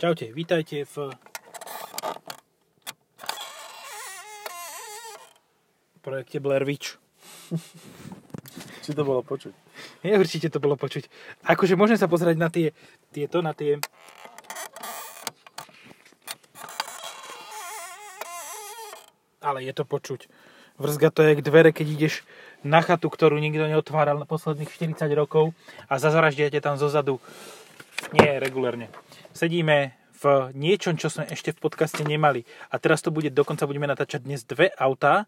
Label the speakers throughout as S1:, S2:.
S1: Čaute, vítajte v projekte Blair Witch.
S2: Či to bolo počuť?
S1: Nie, určite to bolo počuť. Akože môžem sa pozerať na tie, tieto, na tie... Ale je to počuť. Vrzga to je k dvere, keď ideš na chatu, ktorú nikto neotváral na posledných 40 rokov a zazraždiate tam zozadu. Nie, regulérne. Sedíme v niečom, čo sme ešte v podcaste nemali. A teraz to bude, dokonca budeme natáčať dnes dve autá,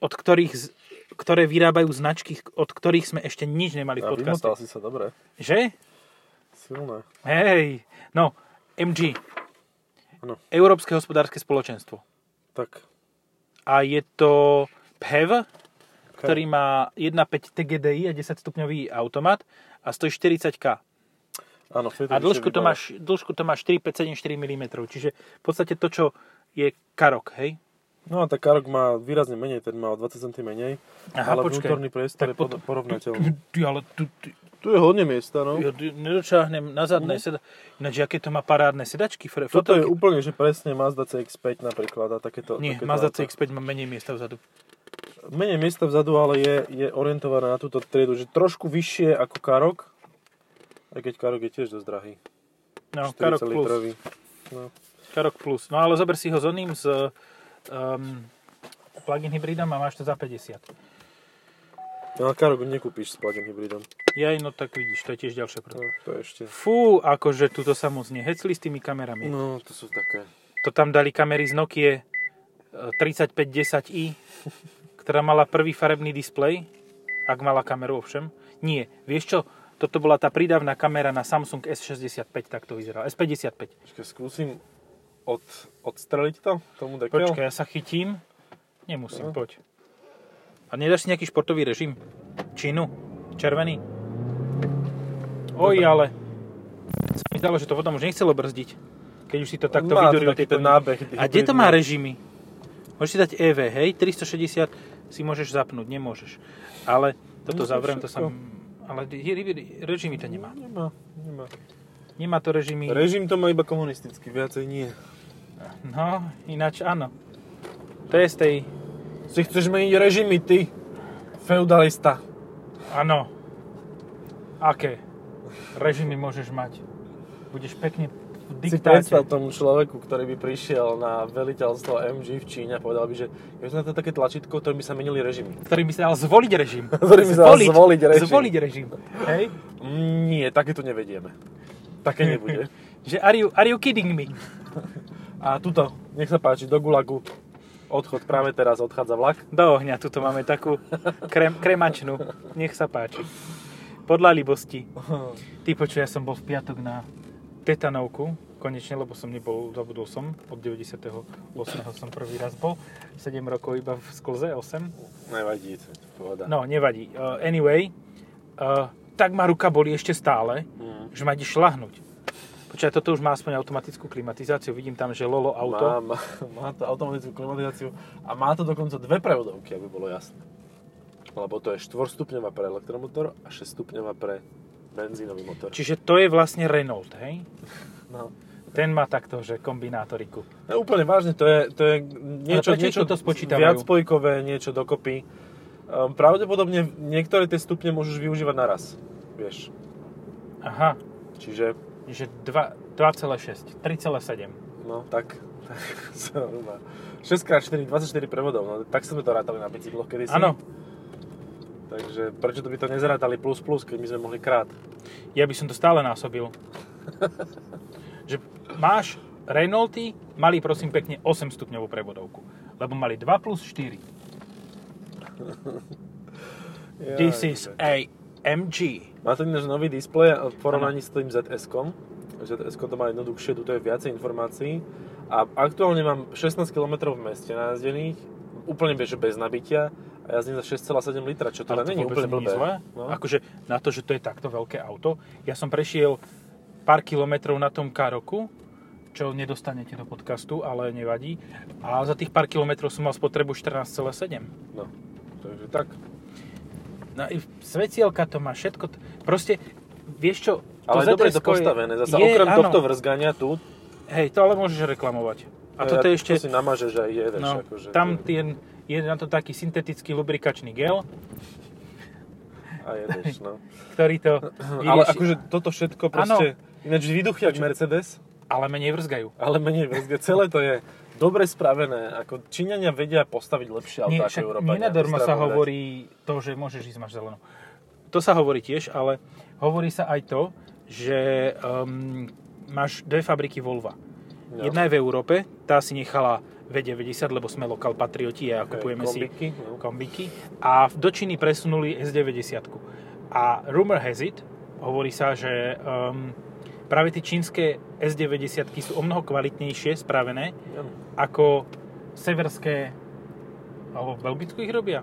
S1: od ktorých, z- ktoré vyrábajú značky, od ktorých sme ešte nič nemali v
S2: A
S1: podcaste.
S2: vymotal si sa dobre.
S1: Že?
S2: Silné.
S1: Hej, no, MG.
S2: Áno.
S1: Európske hospodárske spoločenstvo.
S2: Tak.
S1: A je to E PHEV, ktorý má 1.5 TGDI a 10 stupňový automat a stojí 40K.
S2: Áno, vtedy
S1: A dĺžku
S2: ešte
S1: to,
S2: vybavé.
S1: máš, dĺžku to máš 4,574 mm, čiže v podstate to, čo je karok, hej?
S2: No a tá Karok má výrazne menej, ten má o 20 cm menej,
S1: Aha,
S2: ale
S1: počkaj.
S2: vnútorný priestor
S1: Tak
S2: je pod-
S1: potom-
S2: porovnateľný.
S1: Ty, ale tu, ty, Mhm.
S2: Tu je hodne miesta, no.
S1: ja tu nedočáhnem na zadné seda. Ináč, aké to má parádne sedačky, fre,
S2: Toto je
S1: fotelky.
S2: úplne, že presne Mazda CX-5 napríklad a takéto...
S1: Nie,
S2: takéto
S1: Mazda
S2: auta.
S1: CX-5 má menej miesta vzadu.
S2: Menej miesta vzadu, ale je, je orientovaná na túto triedu, že trošku vyššie ako Karok, aj keď Karok je tiež dosť drahý.
S1: No,
S2: 40
S1: karok plus.
S2: litrový.
S1: Karok Plus. No ale zober si ho s oným, s um, plug-in hybridom a máš to za 50.
S2: No ale Karok nekúpiš s plug-in hybridom.
S1: Jaj, no tak vidíš, to je tiež ďalšie
S2: No,
S1: problém.
S2: to je ešte...
S1: Fú, akože tuto sa moc nehecli s tými kamerami.
S2: No, to sú také...
S1: To tam dali kamery z Nokia e, 3510i, ktorá mala prvý farebný displej, ak mala kameru ovšem. Nie, vieš čo, toto bola tá prídavná kamera na Samsung S65, tak to vyzeralo. S55.
S2: Počkaj, skúsim od, odstreliť to tomu dekel.
S1: Počkaj, ja sa chytím. Nemusím,
S2: No.
S1: poď. A nedáš si nejaký športový režim? Čínu? Červený? Oj,
S2: Dobre.
S1: ale... Sa mi zdalo, že to potom už nechcelo brzdiť. Keď už si to takto
S2: Má to
S1: vyduril.
S2: taký
S1: tie
S2: ten
S1: koní.
S2: nábeh
S1: A kde to má
S2: hybridný.
S1: režimy? Môžeš si dať EV, hej? 360 si môžeš zapnúť, nemôžeš. Ale toto
S2: Musím
S1: zavriem, to sa...
S2: všetko.
S1: Ale hybridi- režimy to nemá.
S2: No, Nemá, nemá.
S1: Nemá to režimy.
S2: Režim to má iba komunistický, viacej nie.
S1: No, ináč áno. To je z tej...
S2: Si chceš meniť režimy, ty, feudalista.
S1: Áno. Aké režimy môžeš mať? Budeš pekne v
S2: Si
S1: diktáte.
S2: predstav tomu človeku, ktorý by prišiel na veliteľstvo MG v Číne a povedal by, že je to na to také tlačítko, ktorým by sa menili režimy.
S1: Ktorým by sa dal zvoliť režim.
S2: Ktorým by sa dal zvoliť režim.
S1: Zvoliť režim. Hej?
S2: Mm, nie, také to nevedieme. Také nebude.
S1: Že are you, are you kidding me?
S2: A tuto, nech sa páči, do Gulagu. Odchod práve teraz, odchádza vlak.
S1: Do ohňa, tuto máme takú krem, kremačnú. Nech sa páči. Podľa libosti. Ty počuj, ja som bol v piatok na tetanovku, konečne, lebo som nebol, zabudol som, od 98. som prvý raz bol, 7 rokov iba v sklze, 8.
S2: Nevadí, to je pohoda.
S1: No, nevadí. Uh, anyway, uh, tak ma ruka boli ešte stále,
S2: Mm.
S1: že ma ide šlahnuť. Počkaj, toto už má aspoň automatickú klimatizáciu. Vidím tam, že Lolo auto.
S2: Má, má, má to automatickú klimatizáciu a má to dokonca dve prevodovky, aby bolo jasné. Lebo to je 4 stupňová pre elektromotor a 6 stupňová pre benzínový motor.
S1: Čiže to je vlastne Renault, hej?
S2: No.
S1: Ten má takto, že kombinátoriku.
S2: No, úplne vážne, to je, to je
S1: prečo
S2: niečo,
S1: ich
S2: niečo
S1: toto spočítavajú?
S2: viac spojkové, niečo dokopy. Ehm, pravdepodobne niektoré tie stupne môžeš využívať naraz, vieš.
S1: Aha,
S2: Čiže,
S1: že dva- 2,6, 3,7.
S2: no tak, tak zhruba. 6x4, 24 prevodov, no tak sme to rátali na bicykloch kedysi.
S1: Áno,
S2: Takže prečo to by to nezrátali plus plus, keď my sme mohli krát?
S1: ja by som to stále násobil. že máš Renaulty, mali prosím pekne 8 stupňovú prevodovku. Lebo mali 2 plus 4.
S2: Ja,
S1: This is a MG.
S2: Má to ináč nový displej a v porovnaní s tým ZS-kom. ZS-ko to má jednoduchšie, tu je viacej informácií. A aktuálne mám 16 km v meste najazdených, úplne bež, bez nabitia a jazdím za 6,7 litra, čo teda
S1: Ale to
S2: není
S1: vôbec
S2: úplne
S1: není
S2: blbé.
S1: zlé.
S2: No.
S1: Akože na to, že to je takto veľké auto, ja som prešiel pár kilometrov na tom Karoku, čo nedostanete do podcastu, ale nevadí. A za tých pár kilometrov som mal spotrebu 14,7.
S2: no. Takže tak.
S1: No i svetielka to má všetko. t- Proste, vieš čo,
S2: Ale dobre je to
S1: ZS-ko
S2: postavené, zase
S1: je,
S2: okrem
S1: áno,
S2: tohto vrzgania tu, e,
S1: Hej, to ale môžeš reklamovať. A toto je ešte...
S2: To si namažeš aj jedeš.
S1: No,
S2: akože,
S1: tam
S2: to-
S1: ten, je na to taký syntetický lubrikačný gel,
S2: A jedeš, no.
S1: ktorý to
S2: Ale
S1: vyrieši.
S2: akože toto všetko proste... Ináč vyduch jak Mercedes,
S1: ale menej vrzgajú.
S2: ale menej brzde. Celé to je dobre spravené. Ako Číňania vedia postaviť lepšie autá
S1: Nie,
S2: ako
S1: však
S2: Európa.
S1: nenadarmo sa hovorí to, že môžeš ísť, máš zelenú. To sa hovorí tiež, ale hovorí sa aj to, že um, máš dve fabriky Volvo.
S2: No.
S1: Jedna je v Európe, tá si nechala V90, lebo sme lokal patrioti a kupujeme si
S2: kombiky, no.
S1: kombiky. A v- do Číny presunuli S90. A rumor has it, hovorí sa, že um, práve tie čínske S90 sú o mnoho kvalitnejšie spravené ako severské, alebo v Belgicku ich robia?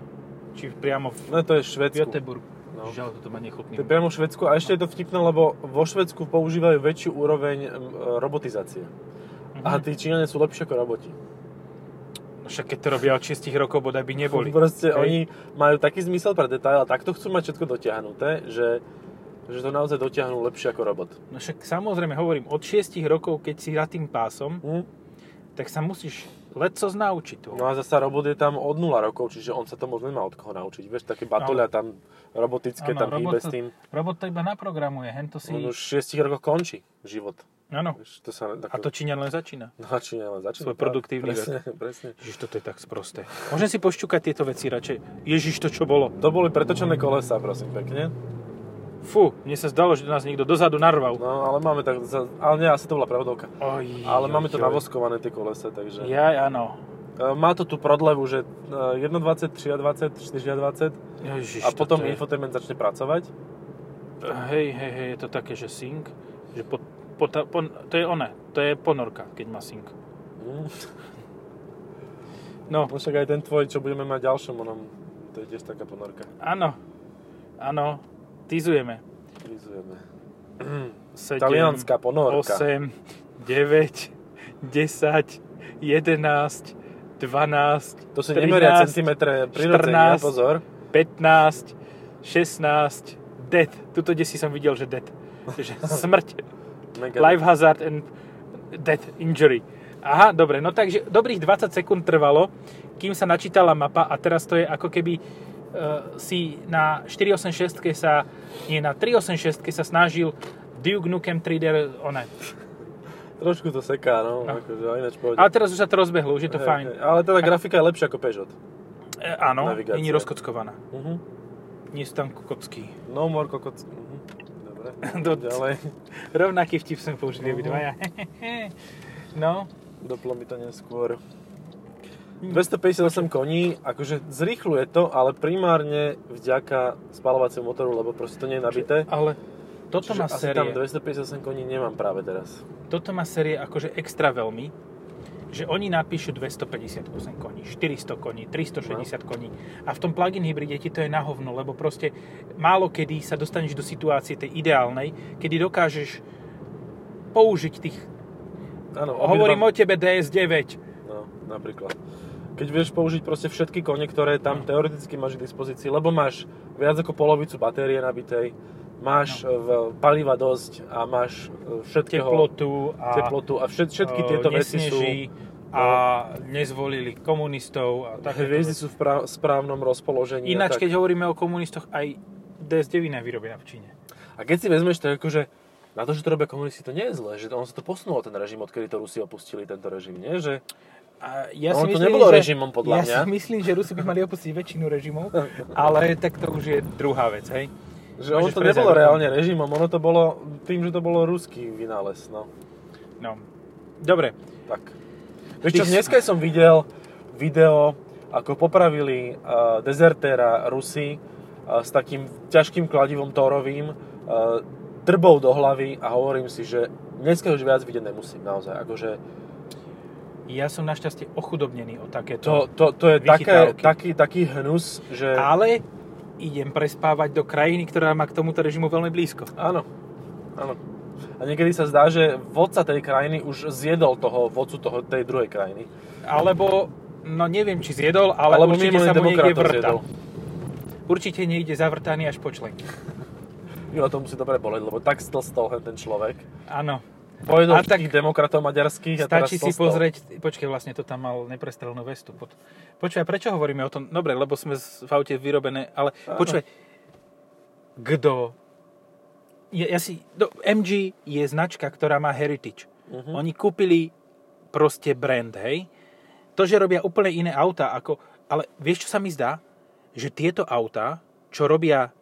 S1: Či priamo v
S2: No to je Švedsku.
S1: Göteborgu? No.
S2: No.
S1: Žiaľ, toto má nechutný.
S2: To je priamo v Švedsku a ešte je to vtipné, lebo vo Švedsku používajú väčšiu úroveň mm, robotizácie.
S1: Mhm.
S2: A tí Číňania sú lepšie ako roboti.
S1: No Však keď to robia od 6 rokov, bodaj by neboli.
S2: Proste
S1: Hej.
S2: oni majú taký zmysel pre detail a takto chcú mať všetko dotiahnuté, že, že to naozaj dotiahnú lepšie ako robot.
S1: No však samozrejme, hovorím, od 6 rokov, keď si za tým pásom,
S2: Hm?
S1: tak sa musíš leco naučiť toho.
S2: No a zasa robot je tam od 0 rokov, čiže on sa to moc nemá od koho naučiť. Vieš, také batolia tam robotické,
S1: Áno,
S2: tam hýbe
S1: robot
S2: s
S1: to-
S2: tým.
S1: Robot to iba naprogramuje, hen to si...
S2: On už v 6 rokoch končí život.
S1: Áno.
S2: Vieš, to sa
S1: A to Číňan len začína.
S2: No, Číňania len začína.
S1: Svoj produktívny
S2: Presne, presne.
S1: Ježiš, toto je tak sprosté. Môžem si pošťukať tieto veci radšej. Ježiš, to čo bolo?
S2: To boli pretočené kolesa, prosím, pekne.
S1: Fú, mne sa zdalo, že do nás niekto dozadu narval.
S2: No, ale máme tak... za- Ale nie, asi to bola pravodovka.
S1: Oj,
S2: Ale máme to
S1: oj, oj.
S2: navoskované, tie kolesa, takže...
S1: Jaj, áno.
S2: E, Má to tú prodlevu, že e, 1.20, 3.20, 4.20
S1: Ježiš,
S2: a potom
S1: toto je-
S2: infotainment začne pracovať.
S1: Hej, hej, hej, je to také, že sync. Že po, po, ta- pon- to je one, to je ponorka, keď má sync.
S2: Hm.
S1: No,
S2: No však aj ten tvoj, čo budeme mať ďalšom, onom, to je tiež taká ponorka.
S1: áno, áno, tizujeme.
S2: Vizujeme.
S1: 7,
S2: Talianská ponorka.
S1: 8, 9, 10, 11, 12,
S2: To si nemeria
S1: 13,
S2: centimetre prirodzenia,
S1: 14.
S2: pozor.
S1: 15, 16, death. Tuto desi som videl, že death. Že smrť.
S2: Mega.
S1: Life hazard and death injury. Aha, dobre, no takže dobrých 20 sekúnd trvalo, kým sa načítala mapa a teraz to je ako keby e, si na 486 sa, nie na 386 sa snažil Duke Nukem 3D, one.
S2: Trošku to seká, no,
S1: No.
S2: akože, ale ináč pôjde.
S1: Ale teraz už sa to rozbehlo, už je to
S2: Hej,
S1: fajn.
S2: hej, Ale teda grafika je lepšia ako Peugeot.
S1: E, áno,
S2: Navigácia.
S1: není rozkockovaná.
S2: Mhm.
S1: Nie sú tam kokocky.
S2: No more kokot. Mhm.
S1: Do-
S2: Dobre, ďalej.
S1: Rovnaký vtip sme použili obidvaja. No,
S2: Doplo mi to neskôr. 258 koní, akože zrýchluje to, ale primárne vďaka spalovaciemu motoru, lebo proste to nie je nabité. Akože
S1: ale toto má
S2: asi tam
S1: série.
S2: 258 koní nemám práve teraz.
S1: toto má série akože extra veľmi, že oni napíšu 258 koní, 400 koní, 360 koní a v tom plug-in hybride ti to je na hovno, lebo proste málo kedy sa dostaneš do situácie tej ideálnej, kedy dokážeš použiť tých...
S2: Áno,
S1: Hovorím
S2: obidva-
S1: o tebe DS9.
S2: No, napríklad. Keď vieš použiť proste všetky kone, ktoré tam teoreticky máš k dispozícii, lebo máš viac ako polovicu batérie nabitej, máš no. paliva dosť a máš e, všetkého
S1: Teplotu a...
S2: teplotu a všet, všetky
S1: e,
S2: tieto veci sú... No.
S1: nesneží A nezvolili komunistov a takéto
S2: Hviezdy
S1: veci.
S2: sú v pra- správnom rozpoložení. a
S1: Ináč,
S2: tak.
S1: keď hovoríme o komunistoch, aj DS9 je vyrobená v Číne.
S2: A keď si vezmeš to je akože na to, že to robia komunisti, to nie je zle, že on sa to posunulo ten režim, odkedy to Rusi opustili tento režim, nie? Že
S1: A ja si
S2: Ono No, to
S1: myslím,
S2: nebolo
S1: že,
S2: režimom, podľa
S1: ja
S2: mňa.
S1: si myslím, že Rusi by mali opustiť väčšinu režimov, ale tak to už je druhá vec, hej.
S2: Že ono
S1: Môžeš
S2: to
S1: prejsť
S2: nebolo
S1: aj rukou.
S2: reálne režimom, ono to bolo tým, že to bolo ruský vynález, no.
S1: No. Dobre.
S2: Tak. Vieš čo,
S1: Ty si-
S2: dneska som videl video, ako popravili uh, dezertéra Rusy uh, s takým ťažkým kladivom Tórovým, uh, drbou do hlavy a hovorím si, že dneska už viac vidieť nemusím, naozaj. Akože
S1: Ja som našťastie ochudobnený o takéto.
S2: to, to, to je také,
S1: Vychytávky.
S2: taký, taký hnus, že...
S1: Ale idem prespávať do krajiny, ktorá má k tomuto režimu veľmi blízko.
S2: Áno, áno. A niekedy sa zdá, že vodca tej krajiny už zjedol toho vodcu toho, tej druhej krajiny.
S1: Alebo, no neviem, či zjedol, ale
S2: Alebo
S1: určite
S2: minimálne
S1: sa mu niekde
S2: demokratov
S1: vrta.
S2: zjedol.
S1: Určite niekde zavrtaný až po členky.
S2: Jo, to musí dobre boleť, lebo tak stlstol ten človek.
S1: Áno.
S2: Pojedol
S1: A tak-
S2: všetkých demokratov maďarských a teraz
S1: Stačí si
S2: zostal.
S1: pozrieť, počkej, vlastne to tam mal neprestrelnú vestu. Pod... Počkaj, prečo hovoríme o tom? Dobre, lebo sme z- v aute vyrobené, ale
S2: Áno.
S1: počkaj, kto? Ja, ja si, do, MG je značka, ktorá má heritage.
S2: Mhm.
S1: Oni kúpili proste brand, hej? To, že robia úplne iné auta, ako... Ale vieš, čo sa mi zdá? Že tieto auta, čo robia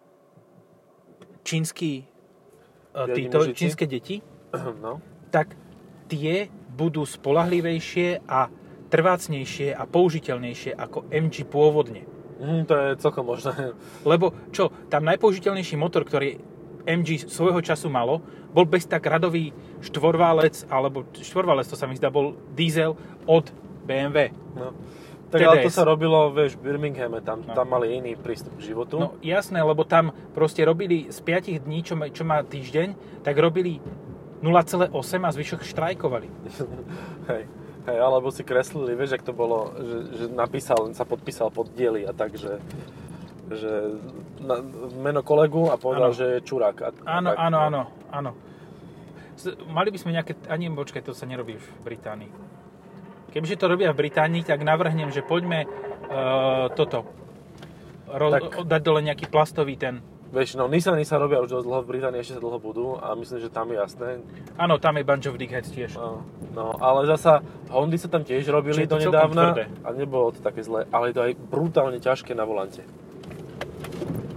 S1: čínsky, e,
S2: Riadni
S1: títo,
S2: mužici?
S1: čínske deti,
S2: No.
S1: tak tie budú spolahlivejšie a trvácnejšie a použiteľnejšie ako MG pôvodne.
S2: Mm, to je celkom možné.
S1: Lebo čo, tam najpoužiteľnejší motor, ktorý MG svojho času malo, bol bez tak radový štvorválec, alebo štvorválec to sa mi zdá, bol diesel od BMW.
S2: No. Tak ale to
S1: TDS.
S2: sa robilo, vieš, v Birminghame, tam,
S1: No.
S2: tam mali iný prístup k životu.
S1: No jasné, lebo tam proste robili z 5 dní, čo, ma- čo má týždeň, tak robili 0,8 a zvyšok štrajkovali.
S2: Hej. Hej, alebo si kreslili, vieš, ak to bolo, že, že napísal, len sa podpísal pod diely a tak, že, že na, meno kolegu a povedal,
S1: Áno.
S2: že je čurák. A, a
S1: Áno,
S2: tak,
S1: áno,
S2: no.
S1: áno, áno. S- Mali by sme nejaké... Ani počkaj, to sa nerobí už v Británii. Kebyže to robia v Británii, tak navrhnem, že poďme uh, toto. Ro-
S2: Tak.
S1: Dať dole nejaký plastový ten...
S2: Vieš, no Nissany sa robia už dosť dlho v Británii, ešte sa dlho budú a myslím, že tam je jasné.
S1: Áno, tam je Bunch of Dickheads tiež.
S2: No, no ale zasa Hondy sa tam tiež
S1: Čiže
S2: robili
S1: je to
S2: do
S1: celkom
S2: nedávna
S1: tvrdé.
S2: a nebolo to také zlé, ale je to aj brutálne ťažké na volante.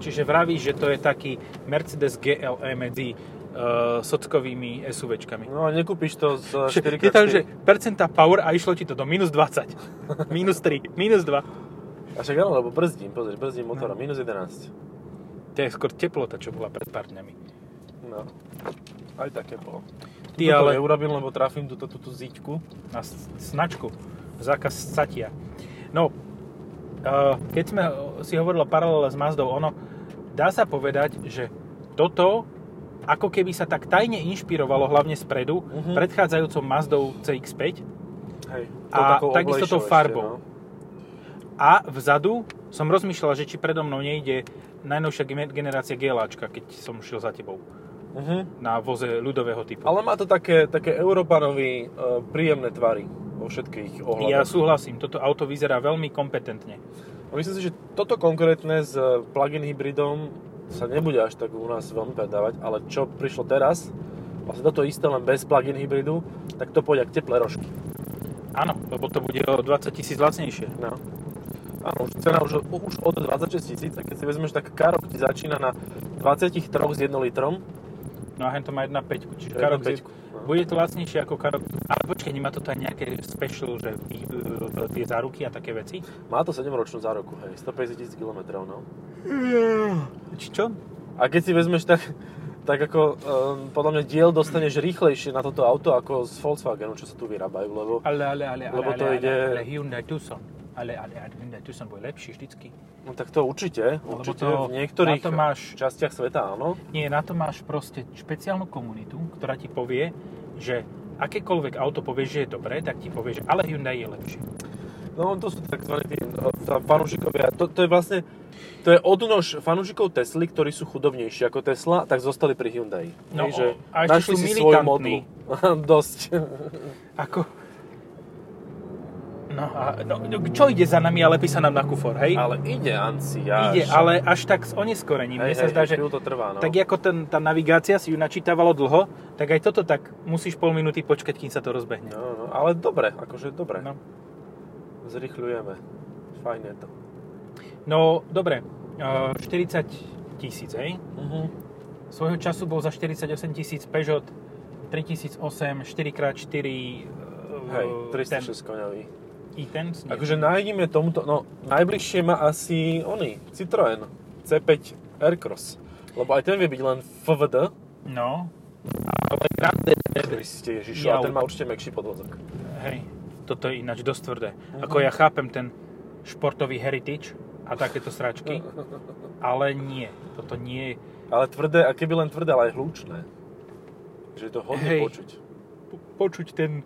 S1: Čiže vravíš, že to je taký Mercedes GLE medzi uh, sockovými SUVčkami.
S2: No a nekúpiš to z
S1: Že- Je
S2: 4x4.
S1: tam, že percenta power a išlo ti to do minus 20, minus 3, minus 2.
S2: A však áno, lebo brzdím, pozrieš, brzdím
S1: No.
S2: motora, minus 11.
S1: To je skôr teplota, čo bola pred pár dňami.
S2: No, aj také bolo.
S1: Ty
S2: Ty ale...
S1: ale-
S2: No To neurobím, lebo trafím túto, túto zíťku.
S1: na s- značku, zákaz satia. No, eh, keď sme si hovorili o paralele s Mazdou, ono, dá sa povedať, že toto ako keby sa tak tajne inšpirovalo, hlavne spredu,
S2: Mhm.
S1: predchádzajúcou Mazdou CX-5
S2: Hej.
S1: A takisto tou farbou. a vzadu som rozmýšľal, že či predo mnou nejde najnovšia gen- generácia GLAčka, keď som šiel za tebou
S2: no. Mhm.
S1: na voze ľudového typu.
S2: Ale má to také, také Európanovi e, príjemné tvary vo všetkých ohľadoch.
S1: Ja súhlasím, toto auto vyzerá veľmi kompetentne.
S2: A Myslím si, že toto konkrétne s e, plug-in hybridom sa nebude až tak u nás veľmi predávať, ale čo prišlo teraz, vlastne toto isté len bez plug-in hybridu, tak to pôjde k teplé rožky.
S1: Áno, lebo to bude o 20 tisíc lacnejšie.
S2: No. Áno, už cena už, už od 26 tisíc, a keď si vezmeš, tak Karok ti začína na 23 s 1 litrom.
S1: No a hen to má 1.5, čiže
S2: To je
S1: Karok
S2: jedna
S1: 5.
S2: päťku, no.
S1: Bude to lacnejšie ako Karok. Ale počkaj, nemá toto aj nejaké special, že vy- e, tie záruky a také veci?
S2: Má to 7-ročnú záruku, hej, 150 tisíc kilometrov, no.
S1: Či čo?
S2: A keď si vezmeš tak, tak ako, um, podľa mňa diel dostaneš rýchlejšie na toto auto ako z Volkswagenu, čo sa tu vyrábajú, lebo
S1: Ale, ale, ale, ale,
S2: Lebo
S1: ale,
S2: to
S1: ale,
S2: ide-
S1: ale Hyundai Tucson. Ale, ale, ale Hyundai Tucson bude lepší vždycky.
S2: no tak to určite, určite
S1: to-
S2: v niektorých
S1: na to máš-
S2: častiach sveta, áno.
S1: Nie, na to máš proste špeciálnu komunitu, ktorá ti povie, že akékoľvek auto povieš, že je dobré, tak ti povie, že ale Hyundai je lepšie.
S2: No to sú tzv. tí no, tá fanúšikovia, to, to je vlastne, to je odnož fanúšikov Tesly, ktorí sú chudobnejší ako Tesla, tak zostali pri Hyundai.
S1: No,
S2: Hej, že
S1: a ešte
S2: našli
S1: sú
S2: si svoju modlu.
S1: militantní.
S2: Dosť.
S1: Ako... No, a, no, no, čo ide za nami a lepí sa nám na kufor, hej?
S2: ale ide, Anci, ja.
S1: Ide, ale až tak s oneskorením. Mne
S2: Hej,
S1: sa
S2: hej,
S1: zdá, že
S2: chvíľu to trvá, no.
S1: tak ako ten, tá navigácia si ju načítavalo dlho, tak aj toto tak musíš pol minúty počkať, kým sa to rozbehne.
S2: No, no, ale dobre, akože dobre.
S1: No.
S2: Zrychľujeme. Fajn je to.
S1: No, dobre, e, 40 tisíc, hej?
S2: Uh-huh.
S1: Svojho času bol za 48 tisíc Peugeot 3008 4x4
S2: Hej,
S1: No,
S2: 306 koňový.
S1: eh, i ten,
S2: Akože nájdime tomuto, no najbližšie má asi oni, Citroen C5 Aircross. Lebo aj ten vie byť len FVD.
S1: No, ale Grande
S2: Kriste Ježišu, a
S1: Jau.
S2: ten má určite mekší podvozok.
S1: Hej, toto je ináč dosť tvrdé. Ako ja chápem ten športový heritage a takéto sračky, ale nie, toto nie je.
S2: Ale tvrdé, a keby len tvrdé, ale aj hlučné. Že je to hodne
S1: Hej.
S2: počuť.
S1: Počuť ten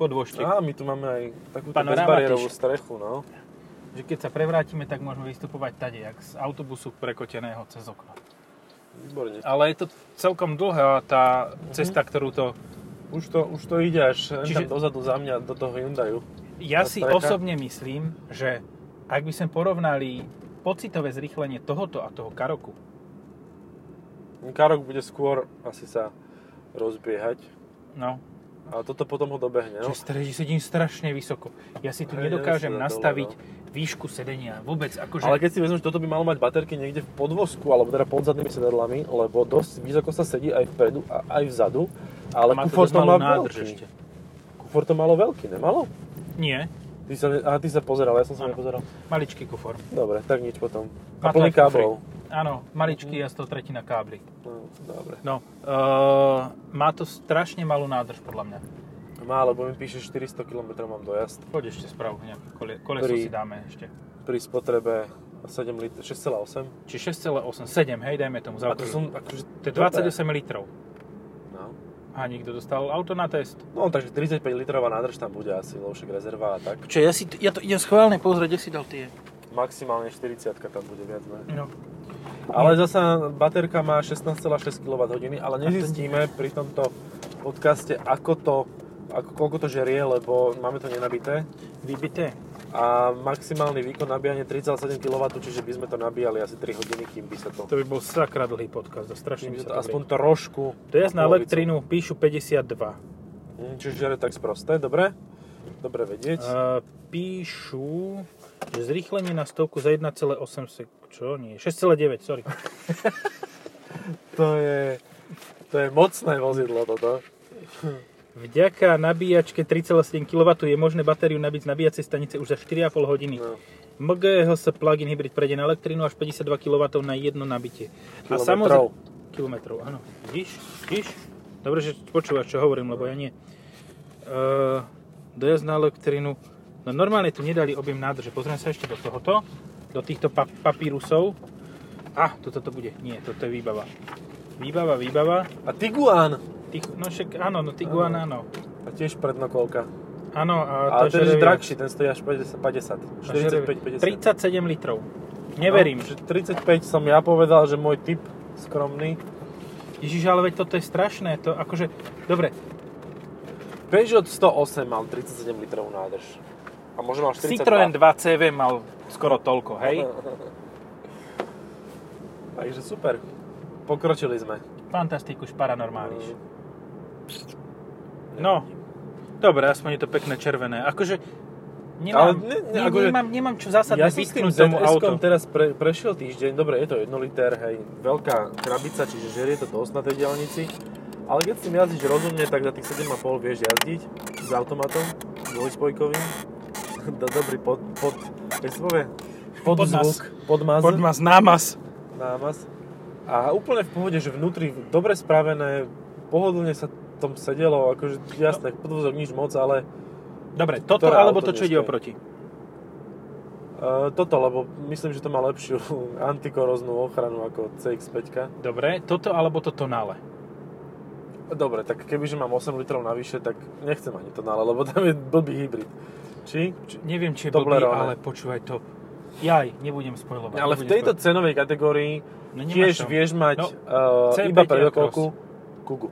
S1: podvožtek.
S2: Á, my tu máme aj takúto
S1: Panoramatiš.
S2: bezbariérovú strechu, no.
S1: Že keď sa prevrátime, tak môžeme vystupovať tade, jak z autobusu prekoteného cez okno.
S2: Výborne.
S1: Ale je to celkom dlhá tá cesta, ktorú to
S2: Už to, už to ide až
S1: Čiže-
S2: Čiže... tam dozadu za mňa do toho Hyundaiu.
S1: Ja
S2: Tá
S1: si
S2: streka?
S1: osobne myslím, že ak by sme porovnali pocitové zrýchlenie tohoto a toho Karoku,
S2: Karok bude skôr asi sa rozbiehať.
S1: no,
S2: A toto potom ho dobehne.
S1: no.
S2: No.
S1: že sedím strašne vysoko. Ja si tu
S2: Hej,
S1: nedokážem
S2: ja sa dá
S1: nastaviť
S2: dole,
S1: výšku sedenia vôbec. Akože,
S2: Ale keď si vezmeš, toto by malo mať baterky niekde v podvozku, alebo teda pod zadnými sedadlami, lebo dosť vysoko sa sedí aj vpredu a aj vzadu. Ale
S1: má to
S2: kufor
S1: dosť
S2: to, má
S1: malú nádrž
S2: veľký.
S1: ešte.
S2: Kufor to malo veľký, nemalo?
S1: Nie,
S2: Ty sa, ne- aha, ty sa pozeral, ja som sa
S1: Áno.
S2: nepozeral.
S1: maličký kufor.
S2: Dobre, tak nič potom.
S1: Má
S2: A
S1: to aj
S2: plný
S1: kufry.
S2: káblov.
S1: Áno,
S2: Mhm.
S1: maličký a z toho tretina káblik.
S2: No, dobre.
S1: No, e, má to strašne malú nádrž podľa mňa.
S2: Má, lebo mi píše 400 km mám dojazd.
S1: Poď ešte sprav, nejaké kole, koleso
S2: Pri-
S1: si dáme ešte.
S2: Pri spotrebe 7 lit- 6,8.
S1: Či 6,8, 7, hej, dajme tomu
S2: A to
S1: zaokrúhli.
S2: som akože...
S1: To je 28 litrov.
S2: No.
S1: A niekto dostal auto na test.
S2: No, takže 35 litrová nádrž tam bude asi, lebo však rezerva a tak.
S1: Čo, ja, si, ja to idem schválne pozrieť, kde si dal tie.
S2: Maximálne 40 tam bude viac,
S1: No.
S2: ne? Ale zasa baterka má 16,6 kWh, ale nezistíme pri tomto podcaste, ako to, ako, koľko to žerie, lebo máme to nenabité.
S1: Vybité.
S2: A maximálny výkon nabíjania 37 kW, čiže by sme to nabíjali asi 3 hodiny, kým by sa to...
S1: To by bol sakra dlhý podcast, to strašne
S2: Kým
S1: by
S2: by
S1: sa
S2: to
S1: to
S2: aspoň
S1: aspoň...
S2: trošku...
S1: To je na
S2: polovicu.
S1: elektrínu, píšu 52.
S2: Hm, Čiže žere tak sprosté, dobre? Dobre vedieť.
S1: Uh, píšu, že zrýchlenie na stovku za 1,8 sek... Čo? Nie, 6,9, sorry.
S2: To je, to je mocné vozidlo toto.
S1: Vďaka nabíjačke 3,7 kW je možné batériu nabiť z nabíjacej stanice už za 4,5 hodiny.
S2: No.
S1: MGHS plug-in hybrid prejde na elektrínu až 52 kW na jedno nabitie. A
S2: Kilometrov.
S1: samozrejme... Kilometrov, áno. Vidíš? Vidíš? Dobre, že počúvaš, čo hovorím, lebo ja nie. Uh, dojazd na elektrínu. No normálne tu nedali objem nádrže. Pozriem sa ešte do tohoto, do týchto pap- papírusov. A, ah, toto to bude. Nie, toto je výbava. Výbava, výbava.
S2: A Tiguan!
S1: Tých, no však áno, no Tiguan, áno.
S2: A tiež prednokolka.
S1: Áno, a to
S2: Ale ten
S1: žere
S2: je
S1: viac.
S2: drahší, ten stojí až 50, 50
S1: To žere viac.
S2: 45, 50.
S1: 37 litrov. Neverím.
S2: No, že 35 som ja povedal, že môj typ skromný.
S1: Ježiš, ale veď toto je strašné. To akože, dobre,
S2: Peugeot 108 mal 37 litrov nádrž. A možno mal 42.
S1: Citroen 2 CV mal skoro toľko, hej?
S2: Takže super. Pokročili sme. Mm.
S1: Fantastiku, paranormáliš. No, dobre, aspoň je to pekné červené. Akože, nemám,
S2: Ale ne- ne,
S1: ne,
S2: akože-
S1: nemám, nemám čo zásadné
S2: Ja som s tým
S1: vytknúť tomu
S2: ZS-kom
S1: autu.
S2: teraz pre, prešiel týždeň, dobre, je to jednoliter, hej, veľká krabica, čiže žerie to dosť na tej diálnici, ale keď s tým jazdíš rozumne, tak za tých 7,5 vieš jazdiť s automatom, dvojspojkovým, do, dobrý pod, pod, keď sa povie, pod,
S1: Podmaz.
S2: zvuk, podmaz,
S1: nás námas.
S2: námaz. A úplne v pohode, že vnútri dobre spravené, pohodlne sa tom sedelo, akože jasné, podvozok nič moc, ale
S1: Dobre, toto
S2: Ktoré
S1: alebo
S2: auto
S1: to, čo ide
S2: dneska
S1: oproti.
S2: je? e, toto, lebo myslím, že to má lepšiu antikoroznú ochranu ako CX-5.
S1: Dobre, toto alebo to tonále.
S2: Dobre, tak kebyže mám 8 litrov navyše, tak nechcem ani to nále, lebo tam je blbý hybrid. Či? Či?
S1: Neviem, či je blbý,
S2: Toblerone.
S1: ale počúvaj to. Jaj, nebudem spojovať.
S2: Ale v tejto cenovej kategórii
S1: No, nemáš
S2: tiež
S1: to.
S2: vieš mať
S1: No,
S2: uh,
S1: C5
S2: iba
S1: je
S2: predokolku Kugu.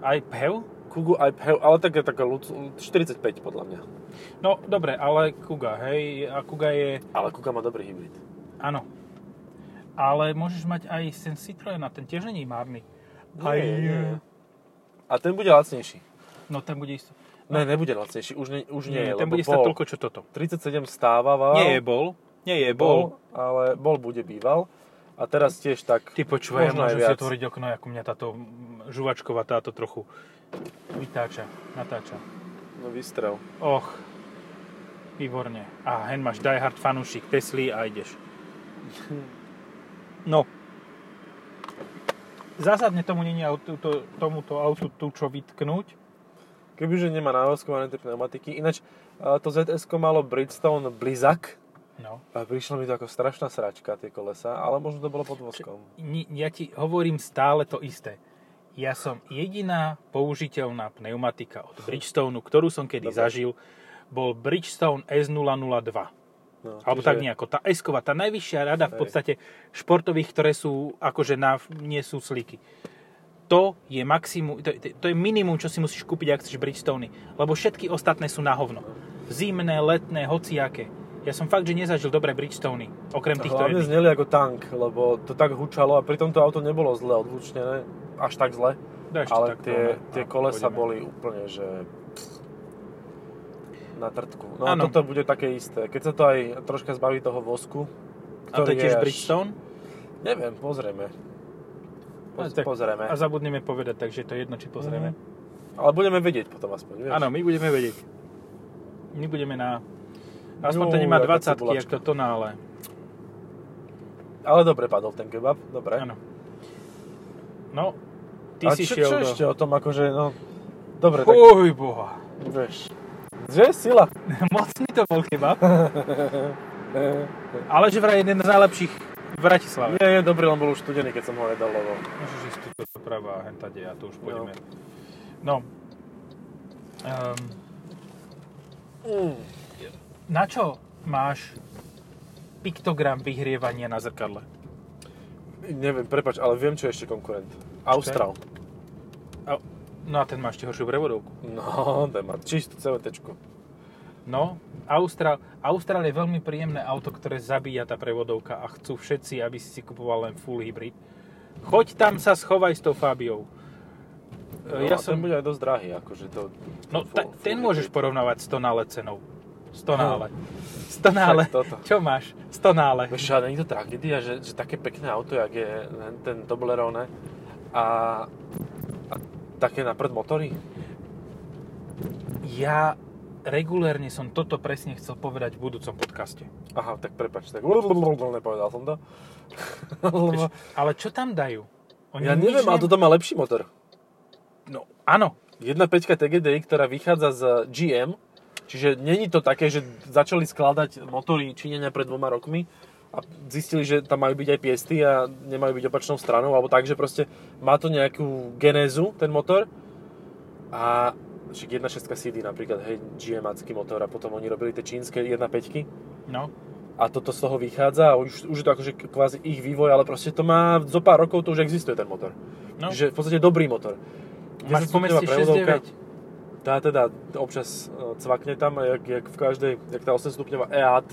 S1: Aj E PHEV?
S2: Kugu aj Phew, ale tak je taká ľud- 45 podľa mňa.
S1: No, dobre, ale Kuga, hej? A Kuga je...
S2: Ale Kuga má dobrý hybrid.
S1: Áno. Ale môžeš mať aj ten Citroen a ten tiež není márny. Aj,
S2: Nie, nie, nie. A ten bude lacnejší.
S1: No ten bude isto.
S2: Ne, nebude lacnejší, už nie, už nie,
S1: No. ten
S2: lebo
S1: bude stať
S2: bol.
S1: toľko, čo toto.
S2: 37 stával.
S1: Nie je bol. Nie je bol.
S2: ale bol bude býval. A teraz tiež tak...
S1: Ty počúvaj, ja
S2: možno aj
S1: môžem si
S2: viac.
S1: otvoriť okno, ako mňa táto mm, žuvačková táto trochu vytáča, natáča.
S2: No vystrel.
S1: Och, výborne. A hen máš Die Hard fanúšik Tesly a ideš. No. Zásadne tomu není autu, to, tomuto autu tu čo vytknúť.
S2: Kebyže nemá návoskované tie pneumatiky. Ináč a to zs malo Bridgestone Blizzak
S1: No.
S2: a prišlo mi to ako strašná sračka, tie kolesa, ale možno to bolo pod voskom.
S1: Ni- Ja ti hovorím stále to isté. Ja som jediná použiteľná pneumatika od Bridgestoneu, ktorú som kedy
S2: Dobre.
S1: zažil, bol Bridgestone S002.
S2: No,
S1: Alebo tak nejako. Tá s tá najvyššia rada v
S2: Hej.
S1: podstate športových, ktoré sú akože na, nie sú sliky. to je, maximum, to, to- to je minimum, čo si musíš kúpiť, ak chceš Bridgestone. Lebo všetky ostatné sú na hovno. Zimné, letné, hociaké. Ja som fakt, že nezažil dobré Bridgestone, okrem týchto
S2: Hlavne
S1: jedných.
S2: zneli ako tank, lebo to tak hučalo a pritom to auto nebolo zle odhlučnené, až tak zle,
S1: Daj ešte
S2: ale
S1: tak,
S2: tie,
S1: no,
S2: tie
S1: a
S2: kolesa
S1: pôjdeme.
S2: boli úplne, že pst, na trtku. No
S1: Áno.
S2: ano. toto bude také isté. Keď sa to aj troška zbaví toho vosku,
S1: A to je tiež
S2: až-
S1: Bridgestone?
S2: Neviem, pozrieme.
S1: No,
S2: Poz,
S1: tak-
S2: pozrieme.
S1: A zabudneme povedať, takže to je jedno, či pozrieme.
S2: Mhm. Ale budeme vedieť potom aspoň, vieš.
S1: Áno, my budeme vedieť. My budeme na... Aspoň to
S2: Jú,
S1: nemá
S2: aká
S1: 20 jak
S2: cibulačka.
S1: to na, ale...
S2: Ale dobre padol ten kebab, dobre.
S1: Áno. No, ty
S2: a
S1: si
S2: čo,
S1: šiel
S2: čo
S1: do...
S2: ešte o tom, akože, no... Dobre, tak
S1: Uj, boha.
S2: vieš. Že sila?
S1: Mocný to bol kebab. Ale že vraj jeden z najlepších v Bratislave.
S2: Nie, je dobrý, len bol už studený, keď som ho jedal, lebo...
S1: Môžeš ísť tu doprava a henta a to už pôjdeme. No. Ehm,
S2: Mm.
S1: na čo máš piktogram vyhrievania na zrkadle?
S2: Neviem, prepač, ale viem, čo je ešte konkurent. Austral.
S1: A- No a ten má ešte horšiu brevodovku.
S2: No, ten má čistú CVTčku.
S1: No, Austral, Austral je veľmi príjemné auto, ktoré zabíja tá prevodovka a chcú všetci, aby si si kupoval len full hybrid. Choď tam sa schovaj s tou Fabiou.
S2: No,
S1: E, ja som...
S2: ten bude aj dosť drahý, akože to...
S1: No,
S2: full-
S1: ta,
S2: full
S1: ten
S2: hybrid.
S1: môžeš porovnávať s tonále cenou. Stonále. Stonále.
S2: Však toto.
S1: Čo máš? Stonále.
S2: Vieš, ale není to tragédia, že, že také pekné auto, jak je ten- ten Toblerone a, a také na prd motory.
S1: Ja regulérne som toto presne chcel povedať v budúcom podcaste.
S2: Aha, tak prepač, tak nepovedal som to. Lebo,
S1: Ale čo tam dajú? Oni
S2: ja
S1: nič
S2: neviem, ale
S1: nem-
S2: toto má lepší motor.
S1: No, áno.
S2: 1.5 TGDI, ktorá vychádza z GM, čiže není to také, že začali skladať motory Číňania pred dvoma rokmi a zistili, že tam majú byť aj piesty a nemajú byť opačnou stranou, alebo tak, že proste má to nejakú genézu, ten motor. A však 1.6 CD napríklad, hej, GM-acký motor a potom oni robili tie čínske 1.5
S1: No.
S2: a toto z toho vychádza a už, už je to akože kvázi ich vývoj, ale proste to má zo pár rokov to už existuje ten motor.
S1: no.
S2: Že v podstate dobrý motor.
S1: Máš po
S2: 10-stupňová
S1: meste
S2: prevodovka.
S1: 6,9.
S2: Tá teda občas e, cvakne tam, jak, jak v každej, jak tá 8-stupňová EAT.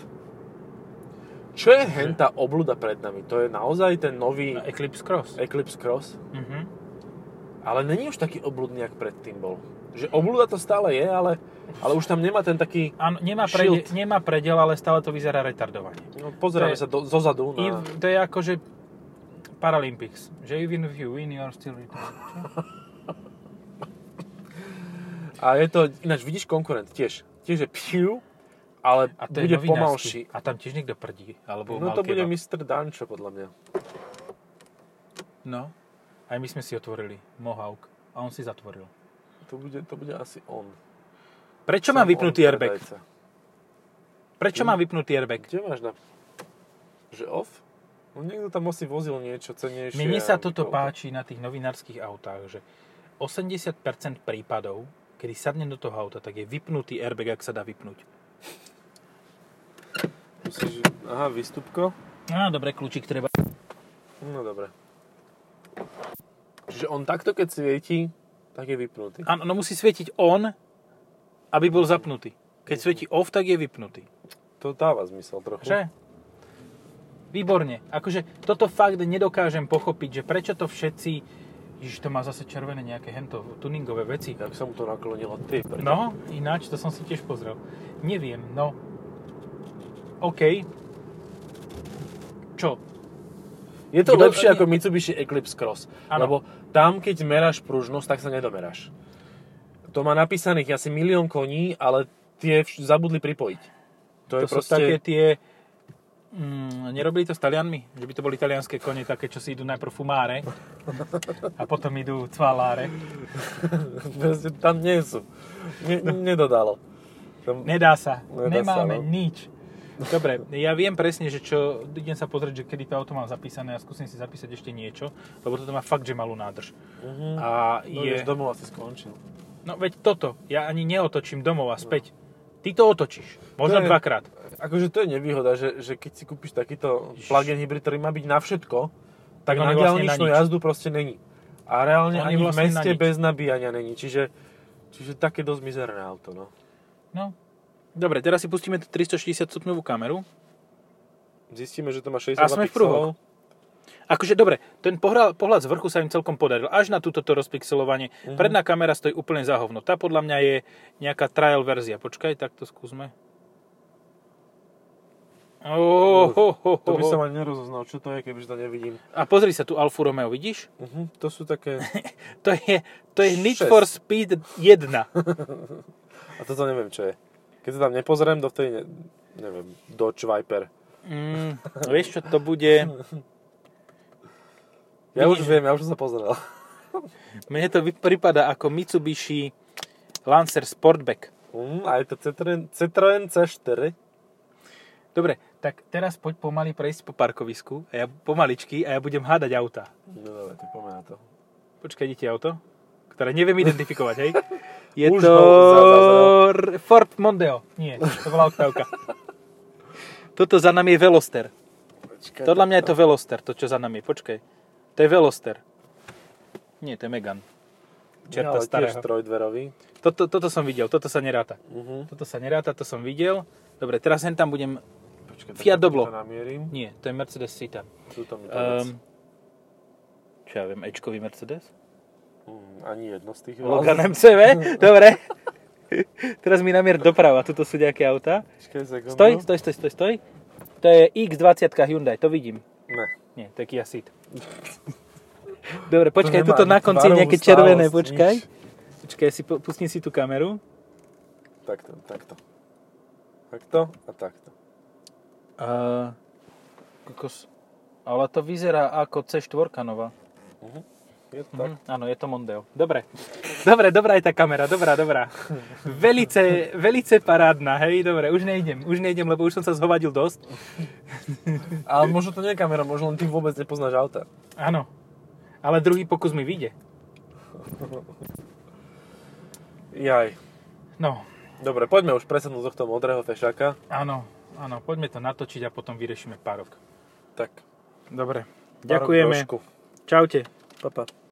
S2: Čo je hen tá obluda pred nami? To je naozaj ten nový
S1: No, Eclipse Cross.
S2: Eclipse Cross?
S1: Mhm.
S2: Ale není už taký obludný, jak predtým bol. Že obluda to stále je, ale, ale už tam nemá ten taký...
S1: Áno, nemá, prede,
S2: Shield.
S1: nemá predel, ale stále to vyzerá retardovanie.
S2: No,
S1: To
S2: pozeráme
S1: je-
S2: sa do, zozadu
S1: I,
S2: na...
S1: to je akože Paralympics. Že even if you win, you are still retarded.
S2: A je to, ináč vidíš konkurent tiež. Tiež je Pew, ale
S1: A to je
S2: bude
S1: novinársky.
S2: pomalší.
S1: A tam tiež niekto prdí. Alebo
S2: No
S1: mal
S2: to bude
S1: kebab.
S2: Mr. Dančo, podľa mňa.
S1: No. Aj my sme si otvorili Mohawk. A on si zatvoril.
S2: To bude, to bude asi on.
S1: Prečo mám
S2: Sam
S1: vypnutý
S2: on,
S1: airbag?
S2: predajca.
S1: Prečo mám vypnutý airbag?
S2: Kde máš na... Že off? No niekto tam asi vozil niečo cenejšie.
S1: Mne sa
S2: a
S1: toto
S2: vypol to.
S1: páči na tých novinárskych autách, že 80% prípadov, kedy sadnem do toho auta, tak je vypnutý airbag, ak sa dá vypnúť.
S2: Musíš... Aha, výstupko.
S1: No, dobre, kľúčik treba.
S2: No dobre. Čiže on takto, keď svieti, tak je vypnutý.
S1: Áno, no musí svietiť on, aby bol zapnutý. Keď svieti off, tak je vypnutý.
S2: To dáva zmysel trochu.
S1: Že? Výborne. Akože toto fakt nedokážem pochopiť, že prečo to všetci... Ježiš, to má zase červené nejaké hento tuningové veci.
S2: Jak sa mu to naklonilo, ty. prd.
S1: No, ináč, to som si tiež pozrel. Neviem, no. OK. Čo?
S2: Je to
S1: Kto-
S2: lepšie ako Mitsubishi Eclipse Cross.
S1: Áno.
S2: Lebo tam, keď meráš pružnosť, tak sa nedomeráš. To má napísaných asi milión koní, ale tie vš- zabudli pripojiť. To,
S1: To,
S2: je
S1: sú
S2: proste...
S1: také tie... Mm, nerobili to s Talianmi? Že by to boli talianské kone také, čo si idú najprv fumáre a potom idú cvaláre.
S2: Proste tam nie sú. Ne, nedodalo. Tam...
S1: Nedá sa.
S2: Nedá
S1: Nemáme
S2: sa, no.
S1: nič. Dobre, ja viem presne, že čo, idem sa pozrieť, že kedy to auto mám zapísané a skúsim si zapísať ešte niečo, lebo toto má fakt, že malú nádrž.
S2: Mhm.
S1: A
S2: No,
S1: je...
S2: je... domov asi skončil.
S1: No veď toto, ja ani neotočím domov a späť. Ty to otočíš, možno
S2: To je-
S1: dvakrát.
S2: Akože to je nevýhoda, že, že keď si kúpiš takýto
S1: Ježiš.
S2: plug-in hybrid, ktorý má byť na všetko, tak
S1: No,
S2: na
S1: je vlastne na
S2: diálničnú
S1: nič.
S2: jazdu proste není. A A reálne
S1: Oni
S2: ani v
S1: vlastne na
S2: meste
S1: nič.
S2: bez nabíjania není, čiže, čiže také dosť mizerné auto, no.
S1: No. Dobre, teraz si pustíme tú 360 stupňovú kameru.
S2: Zistíme, že to má
S1: A
S2: 62
S1: sme v pruhoch.
S2: pixelov.
S1: Akože dobre, ten pohľad, pohľad z vrchu sa im celkom podaril, až na túto to rozpixelovanie.
S2: Mhm.
S1: Predná kamera stojí úplne za hovno. Tá podľa mňa je nejaká trial verzia. Počkaj, tak to skúsme. Oh, ho, ho, ho,
S2: To by
S1: ho.
S2: som ani nerozoznal, čo to je, kebyže to nevidím.
S1: A pozri sa tu Alfu Romeo, vidíš?
S2: Uh-huh, to sú také...
S1: To je, to je Need
S2: Šesť.
S1: for Speed 1.
S2: A toto neviem, čo je. Keď sa tam nepozriem, dovtedy ne... neviem. Dodge Viper.
S1: Mm, vieš, čo to bude?
S2: Ja už
S1: Vidíš?
S2: viem, ja už som sa pozrel.
S1: Mne to vy- pripadá ako Mitsubishi Lancer Sportback.
S2: Mm, a je to Citroen, Citroen C4.
S1: Dobre, tak teraz poď pomaly prejsť po parkovisku, a ja, pomaličky, a ja budem hádať auta.
S2: No dobre, tak poďme na to.
S1: Počkaj, idete auto, ktoré neviem identifikovať, hej? Je
S2: Už
S1: to
S2: ho za- zazrel.
S1: r- Ford Mondeo. Nie, to bola oktávka. Toto za nami je Veloster.
S2: Počkaj,
S1: Podľa mňa je to Veloster, to čo za nami je. Počkaj. To je Veloster. Nie, to je Megan. Čerta
S2: ale tiež
S1: starého.
S2: trojdverový.
S1: Toto, toto som videl, toto sa neráta.
S2: Uh-huh.
S1: Toto sa neráta, to som videl. Dobre, teraz hen tam budem...
S2: Počkaj,
S1: Fiat
S2: takto
S1: Doblo.
S2: To namierim.
S1: Nie, to je Mercedes Citan.
S2: Tuto mi to um,
S1: Um, čo ja viem, Ečkový Mercedes?
S2: Hm, Ani jedno z tých.
S1: Logan MCV? Dobre. Teraz mi namier doprava, tuto sú nejaké autá.
S2: Počkaj, sekundu.
S1: Stoj, stoj, stoj, stoj, stoj. To je X20 Hyundai, to vidím.
S2: Ne.
S1: Nie, to je Kia Ceed. Dobre, počkaj,
S2: nemá
S1: tuto
S2: ani
S1: na konci je
S2: tvarovú
S1: nejaké červené,
S2: stálosť,
S1: počkaj.
S2: nič.
S1: Počkaj, si po, pustím si tú kameru.
S2: Takto, takto. Takto a takto.
S1: Uh, kokos. Ale to vyzerá ako C4 nová.
S2: Je to
S1: Mhm,
S2: tak.
S1: áno, je to Mondeo. Dobre. Dobre, dobrá je tá kamera, dobrá, dobrá. Velice, velice parádna, hej, dobre, už nejdem, už nejdem, lebo už som sa zhovadil dosť.
S2: Ale možno to nie je kamera, možno len ty vôbec nepoznáš auta.
S1: Áno, ale druhý pokus mi vyjde.
S2: Jaj.
S1: No,
S2: Dobre, poďme už presadnúť tohto modrého fešáka.
S1: áno, áno, poďme to natočiť a potom vyriešime párok.
S2: Tak.
S1: Dobre,
S2: pár
S1: ďakujeme.
S2: grošku.
S1: Čaute.
S2: Pa, pa.